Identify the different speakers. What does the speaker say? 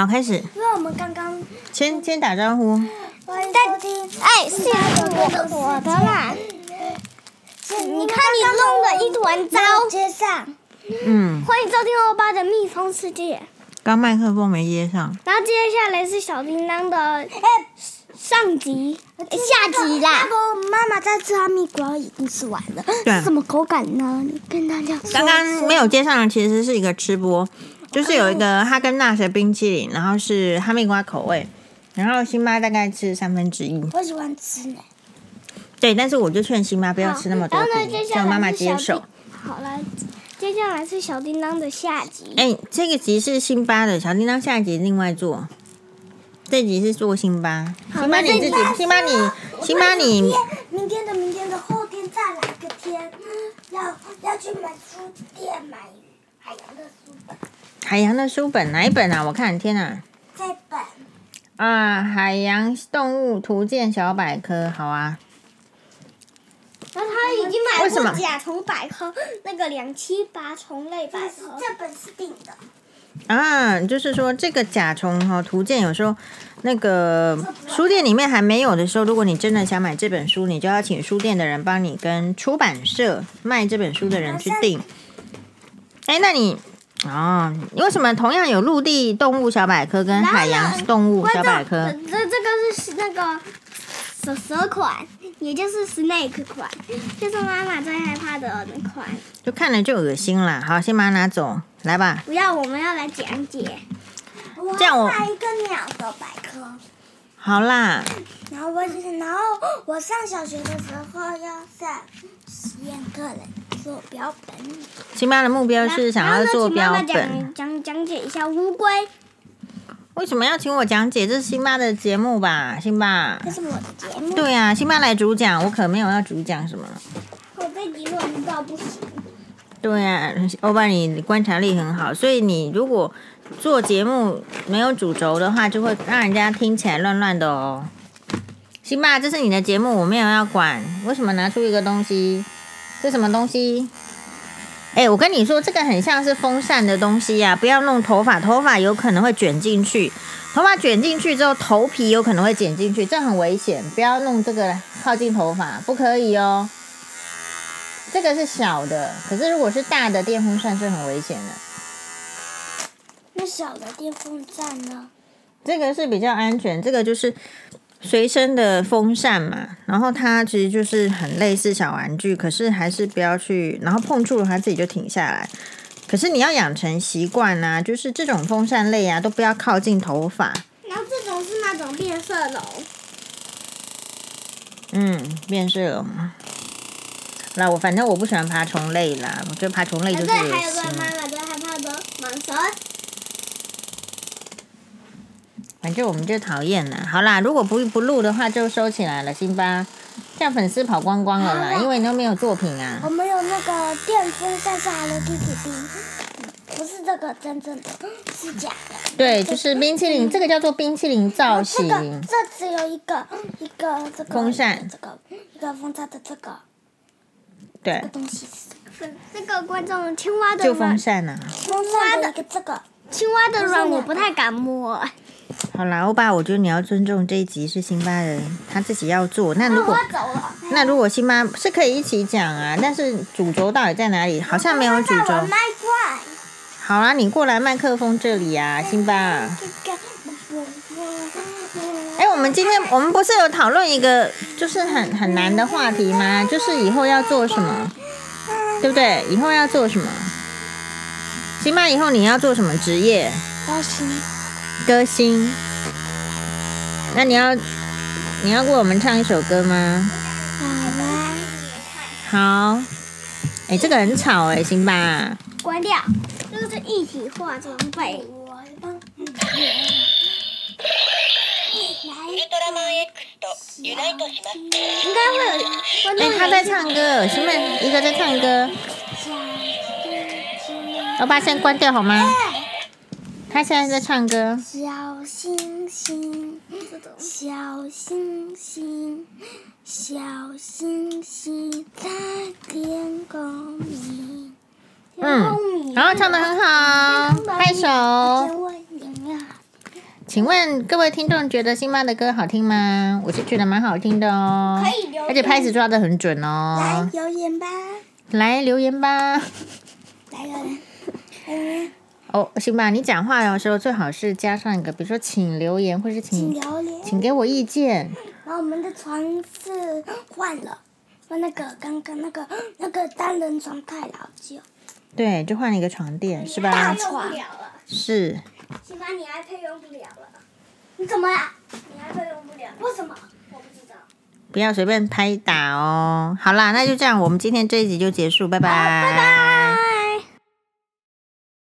Speaker 1: 好，开始，
Speaker 2: 因为我们刚刚
Speaker 1: 先先打招呼。
Speaker 2: 在听，哎，是我我的啦。你看你弄的一团糟。接上，
Speaker 1: 嗯，
Speaker 2: 欢迎收听欧巴的蜜蜂世界。
Speaker 1: 刚麦克风没接上。
Speaker 2: 然后接下来是小叮当的上集、下集啦。我妈妈在吃哈密瓜，已经吃完了。
Speaker 1: 对
Speaker 2: 什么口感呢？你跟大家说。
Speaker 1: 刚刚没有接上的其实是一个吃播，就是有一个哈根达斯的冰淇淋，然后是哈密瓜口味，然后辛巴大概吃三分之一。
Speaker 2: 我喜欢吃呢。
Speaker 1: 对，但是我就劝辛巴不要吃那么多
Speaker 2: 然后呢，
Speaker 1: 冰淇
Speaker 2: 接
Speaker 1: 淋，
Speaker 2: 下
Speaker 1: 所
Speaker 2: 来
Speaker 1: 以妈妈
Speaker 2: 是
Speaker 1: 接
Speaker 2: 小
Speaker 1: 受
Speaker 2: 叮。。好了，接下来是小叮当的下集。
Speaker 1: 哎，这个集是辛巴的，小叮当下一集另外做。这集是做辛巴，
Speaker 2: 好
Speaker 1: 辛巴
Speaker 2: 那
Speaker 1: 你自
Speaker 2: 这
Speaker 1: 己，辛巴你，辛巴你，
Speaker 3: 明天的明天的后天再来个天，要要去买书店买海洋的书本，
Speaker 1: 海洋的哎书本哪一本啊？我看，天哪！
Speaker 3: 这本
Speaker 1: 啊，海洋动物图鉴小百科，好啊，
Speaker 2: 然后他已经
Speaker 1: 为
Speaker 2: 买
Speaker 1: 什么
Speaker 2: 过甲虫百科那个两栖拔虫类百
Speaker 3: 这是
Speaker 2: 科，
Speaker 3: 这本是定的，
Speaker 1: 啊，就是说这个甲虫哈、哦、图鉴，有时候那个书店里面还没有的时候，如果你真的想买这本书，你就要请书店的人帮你跟出版社卖这本书的人去订。哎，那你哦，你为什么同样有陆地动物小百科跟海洋动物小百科？
Speaker 2: 这这个是那个蛇蛇款，也就是 snake 款，就是妈妈最害怕的那款。
Speaker 1: 就看了就恶心啦。好，先把它拿走，来吧。
Speaker 2: 不要，我们要来讲解。
Speaker 3: 我
Speaker 1: 这样我
Speaker 3: 买一个鸟的百科，
Speaker 1: 好啦，
Speaker 3: 然后我然后我上小学的时候要上实验课来做标本，
Speaker 1: 辛巴的目标是想要做标
Speaker 2: 然后呢请妈
Speaker 1: 本
Speaker 2: 妈。讲讲讲解一下乌龟，
Speaker 1: 为什么要请我讲解？这是辛巴的节目吧，辛巴
Speaker 3: 这。是我的节目，
Speaker 1: 对啊，辛巴来主讲，我可没有要主讲什么。
Speaker 2: 我被集乱到不行。
Speaker 1: 对啊，欧巴，你观察力很好，所以你如果做节目没有主轴的话，就会让人家听起来乱乱的哦。辛巴，这是你的节目，我没有要管。为什么拿出一个东西？这什么东西？哎，我跟你说，这个很像是风扇的东西啊呀、不要弄头发，头发有可能会卷进去。头发卷进去之后，头皮有可能会卷进去，这很危险，不要弄这个靠近头发，不可以哦。这个是小的，可是如果是大的电风扇是很危险的。
Speaker 3: 那小的电风扇呢？
Speaker 1: 这个是比较安全，这个就是随身的风扇嘛，然后它其实就是很类似小玩具，可是还是不要去，然后碰触了它自己就停下来。可是你要养成习惯啊，就是这种风扇类啊，都不要靠近头发。
Speaker 2: 然后这种是那种变色龙，
Speaker 1: 嗯，变色龙。那我反正我不喜欢爬虫类啦，我觉得爬虫类
Speaker 2: 然
Speaker 1: 就
Speaker 2: 后
Speaker 1: 是
Speaker 2: 这
Speaker 1: 恶
Speaker 2: 哎里还有个
Speaker 1: 心。
Speaker 2: 妈妈最害怕的蟒蛇。
Speaker 1: 反正我们就讨厌了。好啦，如果不不录的话，就收起来了，辛巴。这样粉丝跑光光了啦，因为你都没有作品啊
Speaker 3: 我。们有那个电风扇是 Hello Kitty 冰，不是这个真正的，是假的。
Speaker 1: 对，就是冰淇淋，这个叫做冰淇淋造
Speaker 3: 这
Speaker 1: 型。
Speaker 3: 个这只有一个一个这个
Speaker 1: 风扇
Speaker 3: 这个一个风扇的这个
Speaker 1: 对
Speaker 3: 这个，东西是
Speaker 2: 这个观众青蛙的
Speaker 1: 就风
Speaker 2: 软
Speaker 1: 扇啊呐、
Speaker 3: 风扇的一个这个，
Speaker 2: 青蛙的卵我不太敢摸，
Speaker 1: 好啦，欧巴，我觉得你要尊重这一集是辛巴的，他自己要做。那如果
Speaker 2: 走了。
Speaker 1: 那如果辛巴是可以一起讲啊，但是主轴到底在哪里？好像没有主
Speaker 3: 风扇我
Speaker 1: 轴。
Speaker 3: 卖怪，
Speaker 1: 好啦，你过来麦克风这里啊，辛巴。
Speaker 3: 这个我我
Speaker 1: 哎，我们今天我们不是有讨论一个就是很很难的话题吗？就是以后要做什么，对不对？以后要做什么？辛巴，以后你要做什么职业？
Speaker 3: 我要行，
Speaker 1: 歌星？那你要你要为我们唱一首歌吗？
Speaker 3: 好啦，
Speaker 1: 好。哎，这个很吵哎，辛巴。
Speaker 2: 关掉，这个是一体化妆备。
Speaker 3: 我帮
Speaker 4: ウルトラマン X とユナイトします。
Speaker 2: 应该会有观
Speaker 1: 哎
Speaker 2: 众，
Speaker 1: 他在唱歌，辛巴一个在唱歌。
Speaker 3: 讲
Speaker 1: 欧巴先关掉好吗？他现在在唱歌。
Speaker 3: 小星星，小星星，小星星在天空里。
Speaker 1: 嗯嗯，然后唱的很好，拍手。
Speaker 3: 我想要
Speaker 1: 请问各位听众觉得辛巴的歌好听吗？我是觉得蛮好听的哦，
Speaker 2: 可以留言
Speaker 1: 而且拍子抓的很准
Speaker 3: 来
Speaker 1: 哦。
Speaker 3: 留言吧，
Speaker 1: 来留言吧。
Speaker 3: 来留言，来留言，
Speaker 1: 哦，辛巴，你讲话的时候最好是加上一个，比如说请留言，或是
Speaker 3: 请
Speaker 1: 请
Speaker 3: 留言。
Speaker 1: 请给我意见。
Speaker 3: 然后我们的床是换了，换那个刚刚那个那个单人床太老旧，
Speaker 1: 对，就换了一个床垫，是
Speaker 3: 大
Speaker 1: 吧？
Speaker 3: 床。了，
Speaker 1: 是，
Speaker 3: 喜欢你 iPad 用不了了。你怎么啦？你 iPad 用不了？为什么？我不知道。
Speaker 1: 不要随便拍打哦。好啦，那就这样，我们今天这一集就结束，拜拜。拜拜。